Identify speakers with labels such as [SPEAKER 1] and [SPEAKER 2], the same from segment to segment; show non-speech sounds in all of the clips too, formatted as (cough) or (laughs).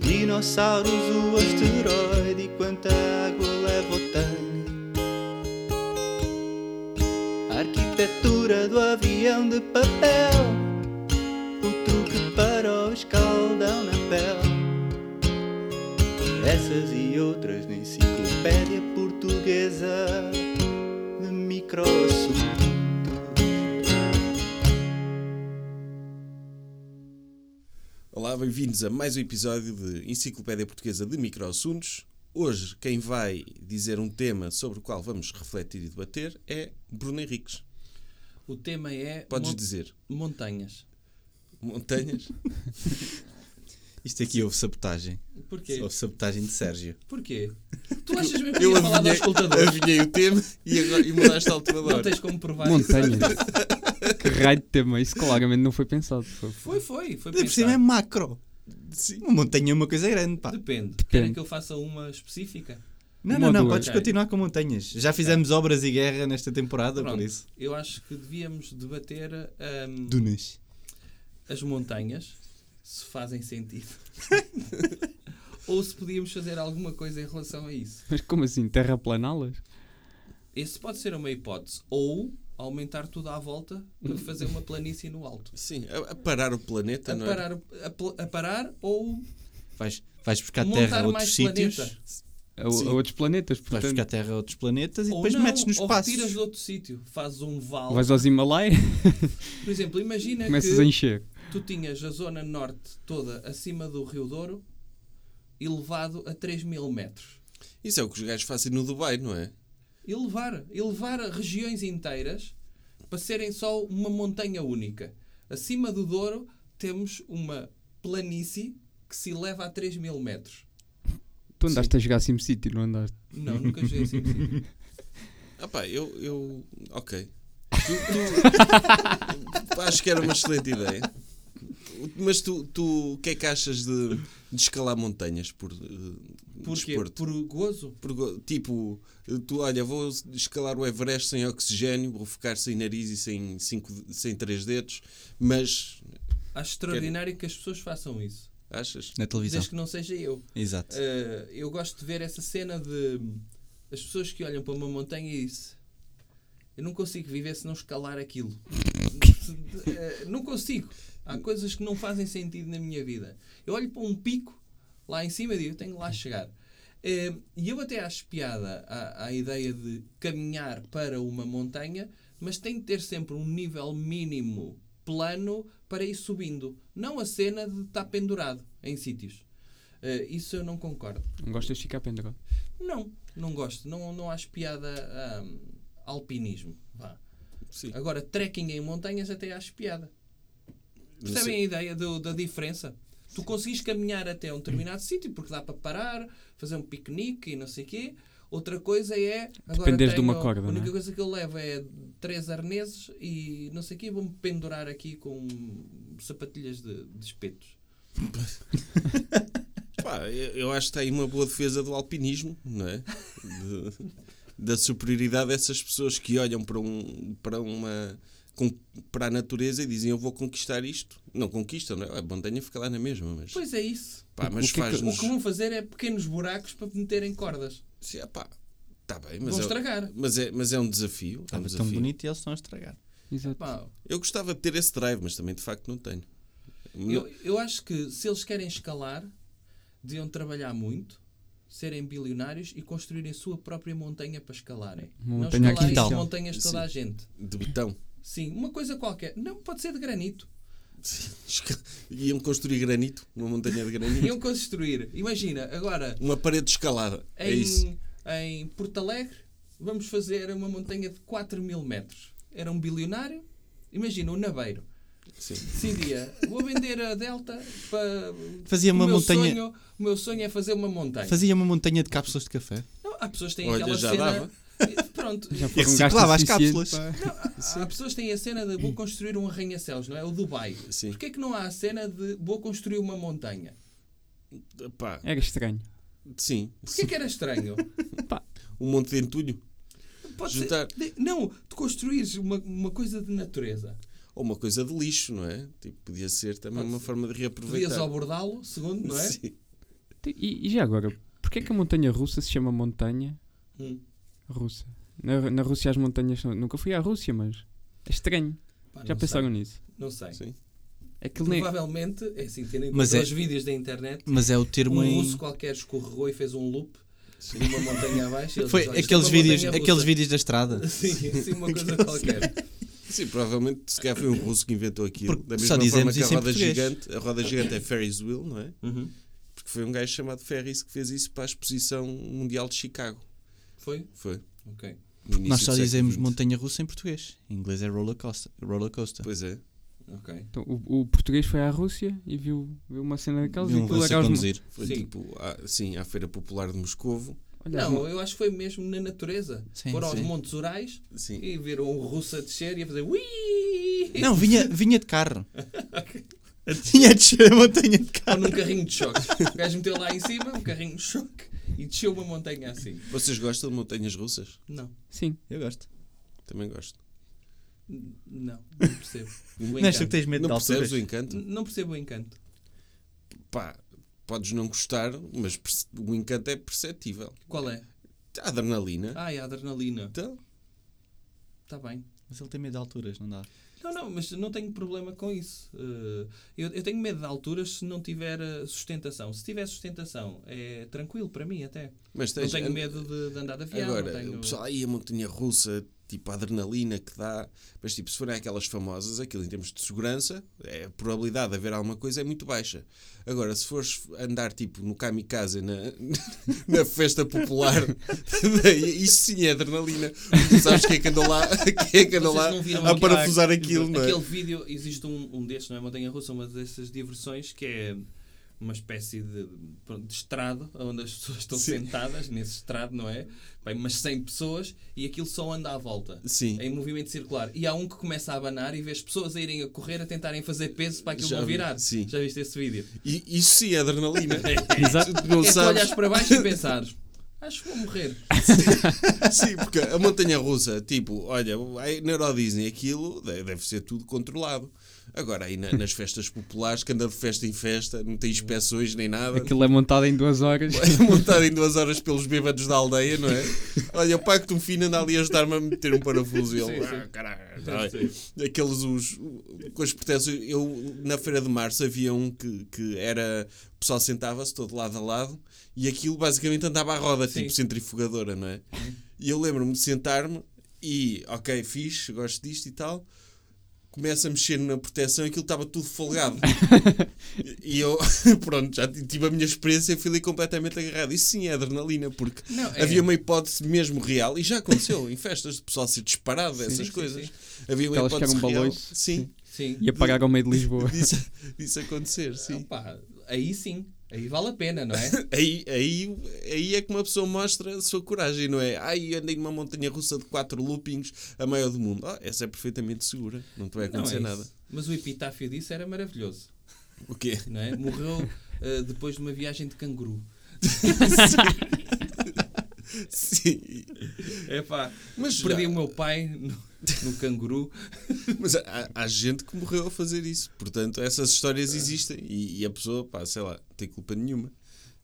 [SPEAKER 1] dinossauros, o asteroide e quanta água leva o tanque. A arquitetura do avião de papel, o truque para o escaldão na pele. Essas e outras na enciclopédia portuguesa de microassuntos.
[SPEAKER 2] Olá, bem-vindos a mais um episódio de Enciclopédia Portuguesa de Microassuntos. Hoje, quem vai dizer um tema sobre o qual vamos refletir e debater é Bruno Henriques.
[SPEAKER 3] O tema é
[SPEAKER 2] Podes
[SPEAKER 3] mon-
[SPEAKER 2] dizer
[SPEAKER 3] montanhas.
[SPEAKER 2] montanhas? (laughs)
[SPEAKER 4] Isto aqui houve sabotagem.
[SPEAKER 3] Porquê?
[SPEAKER 4] Houve sabotagem de Sérgio.
[SPEAKER 3] Porquê? Tu achas mesmo que eu ia falar do
[SPEAKER 2] avinhei-
[SPEAKER 3] escutador?
[SPEAKER 2] avinhei o tema e, agora, e mudaste de
[SPEAKER 3] Não
[SPEAKER 2] alternador.
[SPEAKER 3] tens como provar isso.
[SPEAKER 5] Montanhas. que raio de tema, isso claramente não foi pensado. Foi.
[SPEAKER 3] Foi, foi. Foi
[SPEAKER 4] Ainda por cima é
[SPEAKER 3] pensado.
[SPEAKER 4] macro. Uma montanha é uma coisa grande, pá.
[SPEAKER 3] Depende. Querem
[SPEAKER 5] Depende.
[SPEAKER 3] que eu faça uma específica?
[SPEAKER 4] Não,
[SPEAKER 5] Uma
[SPEAKER 4] não, não,
[SPEAKER 5] ou duas.
[SPEAKER 4] podes continuar com montanhas. Já fizemos obras e guerra nesta temporada,
[SPEAKER 3] Pronto.
[SPEAKER 4] por isso.
[SPEAKER 3] Eu acho que devíamos debater hum,
[SPEAKER 4] Dunas.
[SPEAKER 3] as montanhas, se fazem sentido. Ou se podíamos fazer alguma coisa em relação a isso.
[SPEAKER 5] Mas como assim? Terraplaná-las?
[SPEAKER 3] Esse pode ser uma hipótese. Ou aumentar tudo à volta para fazer uma planície no alto.
[SPEAKER 2] Sim, a, a parar o planeta,
[SPEAKER 3] A
[SPEAKER 2] não é?
[SPEAKER 3] parar, a pl- a parar ou
[SPEAKER 4] Vais, vais buscar
[SPEAKER 3] Montar
[SPEAKER 4] terra a outros
[SPEAKER 3] mais
[SPEAKER 4] sítios.
[SPEAKER 3] planeta.
[SPEAKER 5] A, a
[SPEAKER 2] Sim.
[SPEAKER 5] outros planetas,
[SPEAKER 4] Vais
[SPEAKER 5] portanto.
[SPEAKER 4] buscar terra a outros planetas e
[SPEAKER 3] Ou
[SPEAKER 4] depois
[SPEAKER 3] não,
[SPEAKER 4] metes no
[SPEAKER 3] Ou
[SPEAKER 4] espaço.
[SPEAKER 3] tiras de outro sítio, fazes um vale.
[SPEAKER 5] Vais aos Himalaias,
[SPEAKER 3] Por exemplo, imagina
[SPEAKER 5] (laughs) começas
[SPEAKER 3] que
[SPEAKER 5] a encher.
[SPEAKER 3] tu tinhas a zona norte toda acima do Rio Douro, elevado a 3 mil metros.
[SPEAKER 2] Isso é o que os gajos fazem no Dubai, não é?
[SPEAKER 3] Elevar, elevar regiões inteiras para serem só uma montanha única. Acima do Douro temos uma planície que se eleva a 3 mil metros.
[SPEAKER 5] Tu andaste a jogar SimCity, não andaste?
[SPEAKER 3] Não, nunca joguei assim.
[SPEAKER 2] Ah pá, eu... eu ok. Tu- tu- acho que era uma excelente ideia. Mas tu, tu o que é que achas de, de escalar montanhas por, eh,
[SPEAKER 3] Porquê?
[SPEAKER 2] desporto?
[SPEAKER 3] Por gozo?
[SPEAKER 2] Porque, tipo, tu olha, vou escalar o Everest sem oxigênio, vou ficar sem nariz e sem, cinco, sem três dedos, mas
[SPEAKER 3] Acho extraordinário que as pessoas façam isso.
[SPEAKER 2] achas?
[SPEAKER 4] Na televisão.
[SPEAKER 3] Desde que não seja eu.
[SPEAKER 4] Exato.
[SPEAKER 3] Uh, eu gosto de ver essa cena de hum, as pessoas que olham para uma montanha e dizem eu não consigo viver se não escalar aquilo. Uh, não consigo. Há coisas que não fazem sentido na minha vida. Eu olho para um pico lá em cima e digo, eu tenho que lá chegar. Uh, e eu até acho piada à, à ideia de caminhar para uma montanha, mas tem de ter sempre um nível mínimo plano para ir subindo. Não a cena de estar pendurado em sítios. Uh, isso eu não concordo.
[SPEAKER 5] Não gostas de ficar pendurado?
[SPEAKER 3] Não, não gosto. Não, não acho piada hum, alpinismo. Vá.
[SPEAKER 2] Sim.
[SPEAKER 3] Agora, trekking em montanhas até acho piada.
[SPEAKER 2] Não
[SPEAKER 3] Percebem a
[SPEAKER 2] sei.
[SPEAKER 3] ideia do- da diferença? Tu conseguis caminhar até um determinado sítio porque dá para parar, fazer um piquenique e não sei o quê. Outra coisa é. Agora
[SPEAKER 5] Dependeres de
[SPEAKER 3] tenho-
[SPEAKER 5] uma corda,
[SPEAKER 3] A única
[SPEAKER 5] não é?
[SPEAKER 3] coisa que eu levo é três arneses e não sei o quê. Vou-me pendurar aqui com sapatilhas de, de espetos.
[SPEAKER 2] Pá, eu eu acho que está aí uma boa defesa do alpinismo, não é? De- da superioridade dessas pessoas que olham para, um, para uma. com- para a natureza e dizem eu vou conquistar isto. Não conquista, não é? A montanha fica lá na mesma, mas.
[SPEAKER 3] Pois é isso.
[SPEAKER 2] Pá, mas
[SPEAKER 5] O que é que-
[SPEAKER 3] O
[SPEAKER 2] faz-nos.
[SPEAKER 3] que vão fazer é pequenos buracos para meterem cordas.
[SPEAKER 2] Sim, ah, pá, tá bem, mas.
[SPEAKER 3] Vão
[SPEAKER 2] é-
[SPEAKER 3] estragar.
[SPEAKER 2] Mas é, mas é um desafio. É um
[SPEAKER 4] Estava tão
[SPEAKER 2] desafio.
[SPEAKER 4] bonito e eles estão a estragar.
[SPEAKER 5] Exato.
[SPEAKER 3] Pá,
[SPEAKER 2] Eu gostava de ter esse drive, mas também de facto não tenho.
[SPEAKER 3] eu, eu acho que se eles querem escalar, deviam trabalhar muito, serem bilionários e construírem a sua própria montanha para escalarem.
[SPEAKER 5] montanha
[SPEAKER 3] Não escalarem
[SPEAKER 4] então.
[SPEAKER 5] quintal.
[SPEAKER 3] as montanhas de toda
[SPEAKER 2] Sim.
[SPEAKER 3] a gente.
[SPEAKER 2] De betão. (laughs)
[SPEAKER 3] Sim, uma coisa qualquer. Não, pode ser de granito.
[SPEAKER 2] Esca- Iam construir granito, uma montanha de granito.
[SPEAKER 3] Iam (laughs) construir. Imagina, agora,
[SPEAKER 2] Uma parede escalada. É isso.
[SPEAKER 3] em, em Porto Alegre, vamos fazer uma montanha de 4 mil metros. Era um bilionário, imagina, um naveiro.
[SPEAKER 2] Sim.
[SPEAKER 3] Decidia, vou vender a Delta para.
[SPEAKER 4] Fazia
[SPEAKER 3] o
[SPEAKER 4] uma
[SPEAKER 3] meu
[SPEAKER 4] montanha-
[SPEAKER 3] Sonho, o meu sonho é fazer uma montanha.
[SPEAKER 4] Fazia uma montanha de cápsulas de café.
[SPEAKER 3] Não, há pessoas que têm
[SPEAKER 2] Olha,
[SPEAKER 3] aquela
[SPEAKER 2] já
[SPEAKER 3] cena.
[SPEAKER 2] dava.
[SPEAKER 3] Pronto,
[SPEAKER 5] Já
[SPEAKER 4] E
[SPEAKER 5] foram
[SPEAKER 4] reciclava as
[SPEAKER 5] gastos suficientes
[SPEAKER 4] cápsulas.
[SPEAKER 5] para-
[SPEAKER 3] há pessoas que têm a cena de vou construir um arranha-céus, não é? O Dubai.
[SPEAKER 2] Sim.
[SPEAKER 3] Porquê que não há a cena de vou construir uma montanha?
[SPEAKER 2] Pá,
[SPEAKER 5] Era estranho.
[SPEAKER 2] sim.
[SPEAKER 3] Porquê que era estranho?
[SPEAKER 2] Um monte de entulho.
[SPEAKER 3] Pode
[SPEAKER 2] Juntar.
[SPEAKER 3] ser. de- Não, de construires uma, uma coisa de natureza.
[SPEAKER 2] Ou uma coisa de lixo, não é? Tipo, podia ser também
[SPEAKER 3] Pode
[SPEAKER 2] uma
[SPEAKER 3] ser.
[SPEAKER 2] forma de
[SPEAKER 3] Podias
[SPEAKER 2] reaproveitar.
[SPEAKER 3] abordá-lo, segundo, não é?
[SPEAKER 2] Sim.
[SPEAKER 5] E, e já agora, porquê é que a montanha russa se chama montanha
[SPEAKER 2] Hum.
[SPEAKER 5] russa? Na, na Rússia as montanhas são... Nunca fui à Rússia, mas é estranho.
[SPEAKER 3] Pá,
[SPEAKER 5] Já
[SPEAKER 3] não
[SPEAKER 5] pensaram
[SPEAKER 3] sei.
[SPEAKER 5] nisso?
[SPEAKER 3] Não sei.
[SPEAKER 2] Sim.
[SPEAKER 5] Aquilo nem...
[SPEAKER 3] Provavelmente, é assim, tendo em
[SPEAKER 4] Mas
[SPEAKER 3] conta
[SPEAKER 4] é-
[SPEAKER 3] os vídeos da internet,
[SPEAKER 4] Mas é o termo
[SPEAKER 3] um
[SPEAKER 4] em.
[SPEAKER 3] russo qualquer escorregou e fez um loop de uma montanha
[SPEAKER 4] (laughs)
[SPEAKER 3] abaixo. e ele
[SPEAKER 4] Foi
[SPEAKER 3] diz, "Olha, isto é
[SPEAKER 4] aqueles
[SPEAKER 3] uma
[SPEAKER 4] vídeos,
[SPEAKER 3] montanha
[SPEAKER 4] aqueles
[SPEAKER 3] russa."
[SPEAKER 4] vídeos
[SPEAKER 3] (laughs)
[SPEAKER 4] da estrada.
[SPEAKER 3] Sim, sim, uma coisa qualquer.
[SPEAKER 2] Sim, provavelmente se calhar foi um russo que inventou aquilo.
[SPEAKER 4] Porque
[SPEAKER 2] da
[SPEAKER 4] só
[SPEAKER 2] mesma forma
[SPEAKER 4] dizemos
[SPEAKER 2] que a
[SPEAKER 4] isso em
[SPEAKER 2] roda
[SPEAKER 4] português.
[SPEAKER 2] gigante, a roda gigante é Ferris Wheel, não é?
[SPEAKER 3] Uhum.
[SPEAKER 2] Porque foi um gajo chamado Ferris que fez isso para a Exposição Mundial de Chicago.
[SPEAKER 3] Foi?
[SPEAKER 2] Foi.
[SPEAKER 3] Ok.
[SPEAKER 2] no início
[SPEAKER 4] Nós
[SPEAKER 2] do
[SPEAKER 4] só
[SPEAKER 2] século
[SPEAKER 4] dizemos
[SPEAKER 2] XX.
[SPEAKER 4] montanha russa em português. Em inglês é roller coaster. Roller coaster.
[SPEAKER 2] Pois é.
[SPEAKER 3] Ok.
[SPEAKER 5] Então, o, o português foi à Rússia e viu, viu uma cena daquelas
[SPEAKER 4] Vi
[SPEAKER 5] e
[SPEAKER 4] um
[SPEAKER 5] aquilo
[SPEAKER 4] russo
[SPEAKER 5] era
[SPEAKER 4] a
[SPEAKER 5] os...
[SPEAKER 4] conduzir.
[SPEAKER 2] Foi
[SPEAKER 3] Sim.
[SPEAKER 2] tipo, à, sim, à Feira Popular de Moscovo.
[SPEAKER 5] Olha, as
[SPEAKER 3] Não,
[SPEAKER 5] mon-
[SPEAKER 3] eu acho que foi mesmo na natureza.
[SPEAKER 4] Sim,
[SPEAKER 3] Foram aos
[SPEAKER 4] sim.
[SPEAKER 3] Montes Urais
[SPEAKER 2] Sim.
[SPEAKER 3] e viram o russo a descer e a fazer ui
[SPEAKER 4] Não, vinha, vinha de carro. Tinha de descer a montanha de
[SPEAKER 3] (laughs) Ou
[SPEAKER 4] carro.
[SPEAKER 3] num carrinho de choque. O gajo meteu lá em cima um carrinho de choque e desceu uma montanha assim.
[SPEAKER 2] Vocês gostam de montanhas russas?
[SPEAKER 3] Não,
[SPEAKER 5] Sim.
[SPEAKER 4] Eu gosto.
[SPEAKER 2] Também gosto.
[SPEAKER 3] n- não, não percebo. O
[SPEAKER 4] (laughs) Não és tu que
[SPEAKER 3] encanto.
[SPEAKER 4] tens medo
[SPEAKER 2] Não
[SPEAKER 4] de alturas?
[SPEAKER 2] percebes o encanto?
[SPEAKER 3] N- Não percebo o encanto.
[SPEAKER 2] Pá, podes não gostar, mas perce- o encanto é perceptível.
[SPEAKER 3] Qual é?
[SPEAKER 2] A adrenalina.
[SPEAKER 3] Ah, é a adrenalina.
[SPEAKER 2] Então,
[SPEAKER 3] Está bem.
[SPEAKER 4] Mas ele tem medo de alturas, não dá?
[SPEAKER 3] Não, não, mas não tenho problema com isso. Eh, eu, eu tenho medo de alturas se não tiver eh, sustentação. Se tiver sustentação, é tranquilo para mim até.
[SPEAKER 2] mas
[SPEAKER 3] Não
[SPEAKER 2] tens,
[SPEAKER 3] tenho
[SPEAKER 2] an-
[SPEAKER 3] medo de, de andar de avião.
[SPEAKER 2] Agora,
[SPEAKER 3] não tenho...
[SPEAKER 2] o pessoal aí a montanha russa, tipo a adrenalina que dá, mas tipo, se forem aquelas famosas, aquilo em termos de segurança, é, a probabilidade de haver alguma coisa é muito baixa. Agora, se fores andar tipo no kamikaze na, (laughs) na festa popular, (laughs) daí- isso sim é adrenalina. Porque tu sabes quem é que andou lá, (laughs) quem é que andou
[SPEAKER 3] Vocês
[SPEAKER 2] lá
[SPEAKER 3] não viram
[SPEAKER 2] a
[SPEAKER 3] aquele-
[SPEAKER 2] parafusar aquilo, não
[SPEAKER 3] Aquele
[SPEAKER 2] é?
[SPEAKER 3] vídeo, existe um, um destes, não é Montanha Russa, uma dessas diversões que é uma espécie de, pronto, de estrado onde as pessoas estão sentadas nesse estrado, não é? Bem, umas 100 pessoas e aquilo só anda à volta.
[SPEAKER 2] Sim.
[SPEAKER 3] Em movimento circular. E há um que começa a abanar e vê as pessoas a irem a correr a tentarem fazer peso para aquilo
[SPEAKER 2] Já
[SPEAKER 3] não
[SPEAKER 2] vi,
[SPEAKER 3] virar.
[SPEAKER 2] sim.
[SPEAKER 3] Já viste esse vídeo?
[SPEAKER 2] E, isso sim é adrenalina.
[SPEAKER 5] Exato.
[SPEAKER 2] Tu não
[SPEAKER 3] é tu
[SPEAKER 2] sabes.
[SPEAKER 3] olhares para baixo e
[SPEAKER 2] (laughs)
[SPEAKER 3] pensares, acho que vou morrer.
[SPEAKER 2] Sim, porque a montanha russa, tipo, olha, aí na Euro Disney aquilo de- deve ser tudo controlado. Agora, aí na- nas festas populares, que anda de festa em festa, não tem inspeções nem nada.
[SPEAKER 5] Aquilo é montado em duas horas.
[SPEAKER 2] É montado em duas horas pelos bêbados da aldeia, não é? Olha, o Pacto Fino anda ali a ajudar-me a meter um parafuso. E ele,
[SPEAKER 3] Sim, sim.
[SPEAKER 2] ah, caralho, tá bem. Aqueles os, com as proteções. Eu, na Feira de Março, havia um que, que era. O pessoal sentava-se todo lado a lado e aquilo basicamente andava à roda,
[SPEAKER 3] Sim.
[SPEAKER 2] tipo centrifugadora, não é? E eu lembro-me de sentar-me e, ok, fixe, gosto disto e tal. Começa a mexer na proteção e aquilo estava tudo
[SPEAKER 3] (laughs)
[SPEAKER 2] folgado. E eu, (laughs) pronto, já t- tive a minha experiência e fui ali completamente agarrado. Isso sim é adrenalina, porque
[SPEAKER 3] Não, é.
[SPEAKER 2] havia uma hipótese mesmo real, e já aconteceu em festas de pessoal ser disparado, essas
[SPEAKER 3] sim,
[SPEAKER 2] coisas.
[SPEAKER 3] sim.
[SPEAKER 2] Havia uma
[SPEAKER 5] Aquelas que
[SPEAKER 2] hipótese
[SPEAKER 5] eram
[SPEAKER 2] real.
[SPEAKER 5] balões.
[SPEAKER 2] Sim,
[SPEAKER 3] Sim.
[SPEAKER 5] E apagar ao meio de
[SPEAKER 2] (laughs)
[SPEAKER 5] Lisboa.
[SPEAKER 2] disso, disso acontecer, sim.
[SPEAKER 3] Opa, aí sim. Aí vale a pena, não
[SPEAKER 2] (laughs)
[SPEAKER 3] é?
[SPEAKER 2] Aí, aí, aí é que uma pessoa mostra a sua coragem, não é? Ai, andei numa montanha russa de quatro loopings, a maior do mundo. Oh, essa é perfeitamente segura, não te vai
[SPEAKER 3] Não
[SPEAKER 2] acontecer
[SPEAKER 3] é
[SPEAKER 2] nada.
[SPEAKER 3] isso. Mas o epitáfio disso era maravilhoso.
[SPEAKER 2] O quê?
[SPEAKER 3] Não é? Morreu eh, depois de uma viagem de canguru.
[SPEAKER 2] (laughs) Sim. um
[SPEAKER 3] Epá,
[SPEAKER 2] Mas
[SPEAKER 3] perdi
[SPEAKER 2] já-
[SPEAKER 3] o meu pai no, no canguru.
[SPEAKER 2] Mas há, há gente que morreu a fazer isso. Portanto, essas
[SPEAKER 3] É.
[SPEAKER 2] histórias existem. E, e a pessoa, pá, sei lá, não tem culpa nenhuma.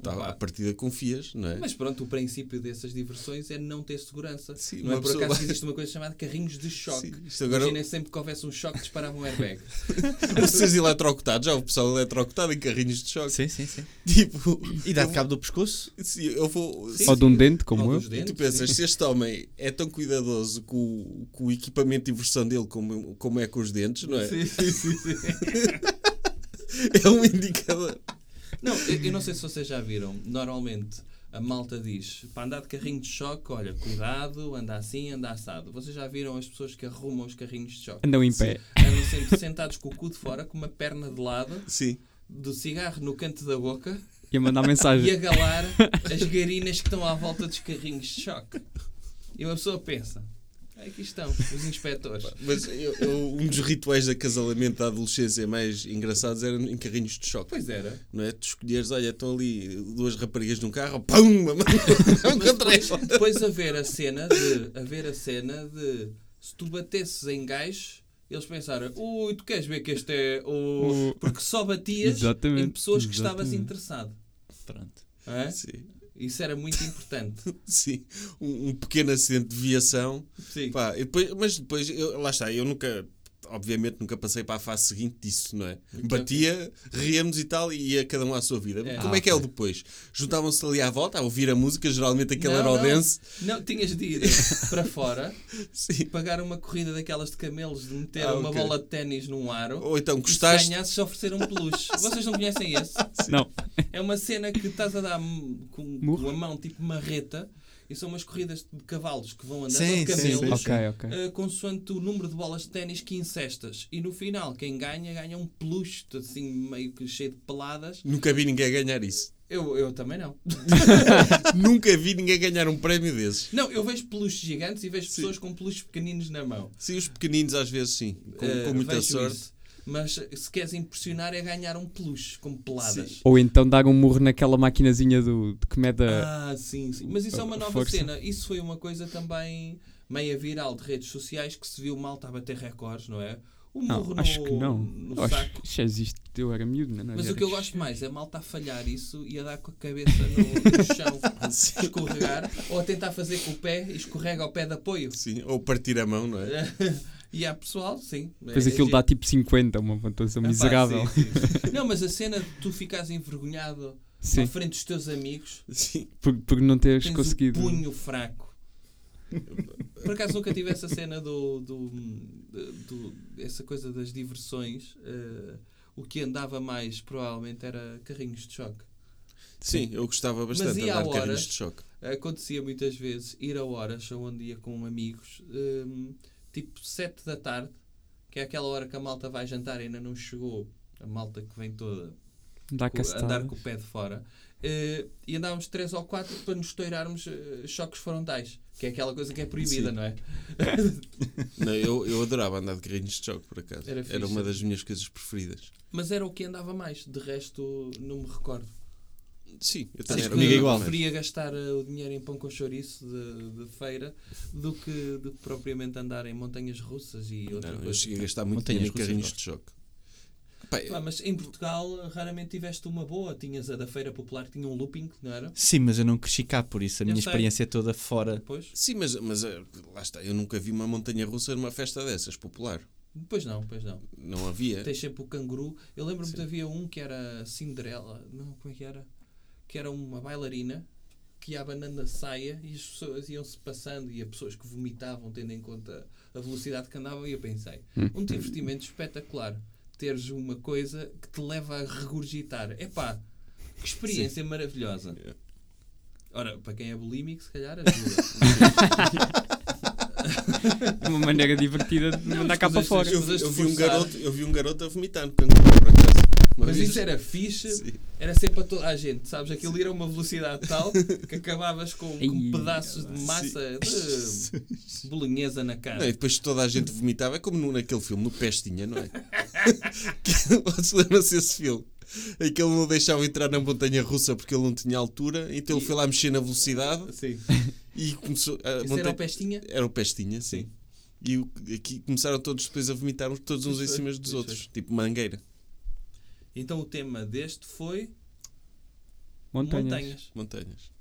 [SPEAKER 2] Tá,
[SPEAKER 3] Opa.
[SPEAKER 2] à partida confias, não é?
[SPEAKER 3] Mas pronto, o princípio dessas diversões é não ter segurança.
[SPEAKER 2] Sim,
[SPEAKER 3] não é
[SPEAKER 2] uma
[SPEAKER 3] por
[SPEAKER 2] pessoa
[SPEAKER 3] acaso
[SPEAKER 2] vai-
[SPEAKER 3] que existe uma coisa chamada carrinhos de choque.
[SPEAKER 2] Sim, isto agora-
[SPEAKER 3] Imaginem sempre que houvesse um choque disparavam um airbag.
[SPEAKER 2] (laughs) Vocês eletrocutados, já o pessoal eletrocutado em carrinhos de choque.
[SPEAKER 4] Sim, sim, sim.
[SPEAKER 2] Tipo,
[SPEAKER 4] E dá-te cabo do pescoço?
[SPEAKER 2] se eu vou. se-
[SPEAKER 5] Ou de um dente,
[SPEAKER 3] Ou
[SPEAKER 5] como eu.
[SPEAKER 3] dos
[SPEAKER 2] E tu
[SPEAKER 3] dentes,
[SPEAKER 2] pensas,
[SPEAKER 3] sim.
[SPEAKER 2] se este homem é tão cuidadoso com, o- com o equipamento de diversão dele como, como é com os dentes, não é?
[SPEAKER 3] Sim, sim, sim, sim.
[SPEAKER 2] (laughs) É um indicador.
[SPEAKER 3] Não, eu, eu não sei se vocês já viram. Normalmente a malta diz para andar de carrinho de choque, olha, cuidado, anda assim, anda assado. Vocês já viram as pessoas que arrumam os carrinhos de choque?
[SPEAKER 5] Andam em pé.
[SPEAKER 3] Andam sempre sentados com o cu de fora, com uma perna de lado,
[SPEAKER 2] Sim.
[SPEAKER 3] do cigarro no canto da boca
[SPEAKER 5] E Tá a mandar
[SPEAKER 3] e a
[SPEAKER 5] mensagem. (laughs)
[SPEAKER 3] galar as garinas que estão à volta dos carrinhos de choque. E uma pessoa pensa: aqui estão os inspectores.
[SPEAKER 2] Mas eu- eu- um dos rituais de acasalamento da adolescência mais engraçados era em carrinhos de choque.
[SPEAKER 3] Pois era.
[SPEAKER 2] não é? Tu escolheres, olha, estão ali duas raparigas num carro, pum, (laughs) uma mão contra
[SPEAKER 3] Depois,
[SPEAKER 2] ela.
[SPEAKER 3] depois a ver a cena de. A ver a cena de. Se tu batesses em gajos, eles pensaram: ui, tu queres ver que este é. o-"
[SPEAKER 5] O-
[SPEAKER 3] Porque só batias
[SPEAKER 5] Exatamente,
[SPEAKER 3] em pessoas que estavas
[SPEAKER 5] exatamente.
[SPEAKER 3] interessado.
[SPEAKER 4] restaurante.
[SPEAKER 3] Hã?
[SPEAKER 2] Sim,
[SPEAKER 3] Isso era muito
[SPEAKER 5] (laughs)
[SPEAKER 3] importante.
[SPEAKER 2] sim. Um, um pequeno acidente de viação.
[SPEAKER 3] Sim.
[SPEAKER 2] Pá, e depois- mas depois, eu- lá está, eu nunca, obviamente, nunca passei para a fase seguinte disso, não é? Batia, ríamos e tal, e ia cada um à sua vida.
[SPEAKER 3] Então, É.
[SPEAKER 2] Como
[SPEAKER 4] Ah,
[SPEAKER 2] é que é o depois? Juntavam-se ali à volta a ouvir a música, geralmente aquele
[SPEAKER 3] Não,
[SPEAKER 2] era o
[SPEAKER 3] não.
[SPEAKER 2] dance.
[SPEAKER 3] Não, tinhas de ir para fora,
[SPEAKER 2] Sim.
[SPEAKER 3] pagar uma corrida daquelas de camelos, de meter
[SPEAKER 2] Ah,
[SPEAKER 3] uma
[SPEAKER 2] ok.
[SPEAKER 3] bola de ténis num aro.
[SPEAKER 4] Oh,
[SPEAKER 2] Ou então
[SPEAKER 3] e se
[SPEAKER 2] gostaste.
[SPEAKER 3] ganhasses, oferecer um
[SPEAKER 4] (laughs)
[SPEAKER 3] peluche. Vocês não conhecem esse?
[SPEAKER 5] Não.
[SPEAKER 3] É uma cena que estás a dar m- com,
[SPEAKER 5] Murro?
[SPEAKER 3] com a mão tipo marreta e são umas corridas de cavalos que vão andando
[SPEAKER 4] Sim,
[SPEAKER 3] de camelo.
[SPEAKER 4] sim, sim.
[SPEAKER 5] Ok, ok.
[SPEAKER 3] eh, consoante o número de bolas de ténis que incestas. E no final, quem ganha, ganha um peluche, assim, meio que cheio de peladas.
[SPEAKER 2] Nunca vi ninguém ganhar isso.
[SPEAKER 3] Eu, eu também
[SPEAKER 4] (laughs)
[SPEAKER 3] não.
[SPEAKER 2] Nunca vi ninguém ganhar um prémio desses.
[SPEAKER 3] Não, eu vejo peluches gigantes e vejo pessoas com peluches pequeninos na mão.
[SPEAKER 2] Sim, os pequeninos às vezes sim, com,
[SPEAKER 3] Eh,
[SPEAKER 2] com muita
[SPEAKER 3] vejo
[SPEAKER 2] sorte.
[SPEAKER 3] isso. Mas se queres impressionar é ganhar um peluche com peladas.
[SPEAKER 2] Sim.
[SPEAKER 5] Ou então dar um murro naquela maquinazinha do, de que mede a-
[SPEAKER 3] Ah, sim, sim. Mas isso é uma
[SPEAKER 5] a
[SPEAKER 3] nova
[SPEAKER 5] força.
[SPEAKER 3] cena. Isso foi uma coisa também meia viral de redes sociais que se viu malta a bater recordes, não é? O
[SPEAKER 5] Não,
[SPEAKER 3] morro
[SPEAKER 5] acho
[SPEAKER 3] no,
[SPEAKER 5] que não.
[SPEAKER 3] no
[SPEAKER 5] Eu acho-
[SPEAKER 3] saco.
[SPEAKER 5] isso já existe. Eu era miúdo, não é?
[SPEAKER 3] Mas o que eu gosto mais é malta a falhar isso e a dar com a cabeça no,
[SPEAKER 2] (laughs)
[SPEAKER 3] no chão,
[SPEAKER 2] Ah,
[SPEAKER 3] escorregar, ou a tentar fazer com o pé e escorrega ao pé de apoio. (laughs)
[SPEAKER 2] Sim, ou partir a mão, não é?
[SPEAKER 3] E há pessoal, sim.
[SPEAKER 5] Depois
[SPEAKER 3] é Ah,
[SPEAKER 5] aquilo
[SPEAKER 3] giro.
[SPEAKER 5] dá tipo 50, uma pontuação
[SPEAKER 3] Epá,
[SPEAKER 5] miserável.
[SPEAKER 3] sim,
[SPEAKER 5] (laughs)
[SPEAKER 3] sim. Não, mas a cena de tu ficares envergonhado
[SPEAKER 5] Sim,
[SPEAKER 3] à frente dos teus amigos
[SPEAKER 2] Sim.
[SPEAKER 5] por, por não teres
[SPEAKER 3] Tens
[SPEAKER 5] conseguido.
[SPEAKER 3] o punho fraco. Por acaso nunca tive essa cena do. do, do- essa coisa das diversões. eh, o que andava mais provavelmente era carrinhos de choque.
[SPEAKER 2] Sim, eu gostava bastante
[SPEAKER 3] Mas
[SPEAKER 2] de
[SPEAKER 3] e há
[SPEAKER 2] andar de carrinhos
[SPEAKER 3] horas?
[SPEAKER 2] de choque.
[SPEAKER 3] Acontecia muitas vezes ir a horas onde ia com amigos, eh, tipo 7 da tarde, que é aquela hora que a malta vai jantar e ainda não chegou. A malta que vem toda
[SPEAKER 5] Dá
[SPEAKER 3] com- Tipo, andar
[SPEAKER 5] castada.
[SPEAKER 3] com o pé de fora. Eh, e andávamos três ou quatro para nos toirarmos eh, choques frontais, que é aquela coisa que é proibida,
[SPEAKER 2] Sim.
[SPEAKER 3] não é?
[SPEAKER 2] Não, eu, eu adorava andar de carrinhos de choque, por acaso.
[SPEAKER 3] Era
[SPEAKER 2] Era,
[SPEAKER 3] fixe.
[SPEAKER 2] uma das minhas coisas preferidas.
[SPEAKER 3] Mas era o que andava mais, de resto não me recordo.
[SPEAKER 2] Sim, eu também era
[SPEAKER 3] Acho que
[SPEAKER 2] um
[SPEAKER 4] comigo
[SPEAKER 2] grande
[SPEAKER 4] igual.
[SPEAKER 2] fã.
[SPEAKER 3] preferia gastar eh, o dinheiro em pão com chouriço de, de feira do que, do que propriamente andar em montanhas russas e outra
[SPEAKER 2] Não, eu
[SPEAKER 3] coisa.
[SPEAKER 2] cheguei a gastar muito
[SPEAKER 4] Montanhas
[SPEAKER 2] dinheiro em carrinhos
[SPEAKER 4] russas, gosto.
[SPEAKER 2] de choque. Pá,
[SPEAKER 3] Pá, Ah, mas em Portugal eh, raramente tiveste uma boa. Tinhas a da Feira Popular, que tinha um looping, não era?
[SPEAKER 4] Sim, mas eu não cresci cá, por isso a
[SPEAKER 3] Eu
[SPEAKER 4] minha
[SPEAKER 3] sei.
[SPEAKER 4] experiência é toda fora.
[SPEAKER 3] Depois?
[SPEAKER 2] Sim, mas, mas eh, lá está, eu nunca vi uma montanha russa numa festa dessas, popular.
[SPEAKER 3] Depois não, depois não.
[SPEAKER 2] Não havia.
[SPEAKER 3] Tens sempre o canguru. Eu lembro-me que
[SPEAKER 2] Sim.
[SPEAKER 3] havia um que era Cinderela, não, como é que era? Que era uma bailarina que ia abanando a saia e as pessoas iam-se passando e as pessoas que vomitavam, tendo em conta a velocidade que andavam, e eu pensei,
[SPEAKER 2] Hum.
[SPEAKER 3] um divertimento espetacular. Teres uma coisa que te leva a regurgitar. Epá, que experiência maravilhosa.
[SPEAKER 2] Yeah.
[SPEAKER 3] Ora, para quem é bulímico, se calhar
[SPEAKER 2] (laughs)
[SPEAKER 3] ajuda.
[SPEAKER 5] Uma maneira divertida de
[SPEAKER 3] Não,
[SPEAKER 5] mandar cá para
[SPEAKER 3] mas
[SPEAKER 5] fora.
[SPEAKER 2] Eu,
[SPEAKER 3] coisas
[SPEAKER 2] eu vi um
[SPEAKER 3] forçadas.
[SPEAKER 2] garoto, eu vi um garoto a vomitar no canguru, por acaso. Uma
[SPEAKER 3] Mas
[SPEAKER 2] vez-
[SPEAKER 3] isso era fixe,
[SPEAKER 2] Sim.
[SPEAKER 3] Era sempre para toda a gente, sabes? Aquilo ia a uma velocidade tal que acabavas com, com
[SPEAKER 5] Ei,
[SPEAKER 3] pedaços de
[SPEAKER 2] (laughs)
[SPEAKER 3] massa de bolinhesa na cara.
[SPEAKER 2] Não, e depois toda a gente vomitava, é como no- naquele filme, no Pestinha, não
[SPEAKER 3] (laughs)
[SPEAKER 2] é? Que- Vocês lembram-se desse filme? Em que ele não deixava entrar na montanha russa porque ele não tinha altura, então ele foi lá mexer na velocidade (laughs)
[SPEAKER 3] Sim.
[SPEAKER 2] e começou. A
[SPEAKER 3] Esse era
[SPEAKER 2] montanha-
[SPEAKER 3] o pestinha?
[SPEAKER 2] era o Pestinha, sim. E o- aqui começaram todos depois a vomitar uns- todos uns em
[SPEAKER 3] Pois foi,
[SPEAKER 2] cima dos
[SPEAKER 3] pois
[SPEAKER 2] outros, tipo mangueira,
[SPEAKER 3] Então o tema deste foi
[SPEAKER 5] Montanhas.
[SPEAKER 3] montanhas.
[SPEAKER 2] montanhas.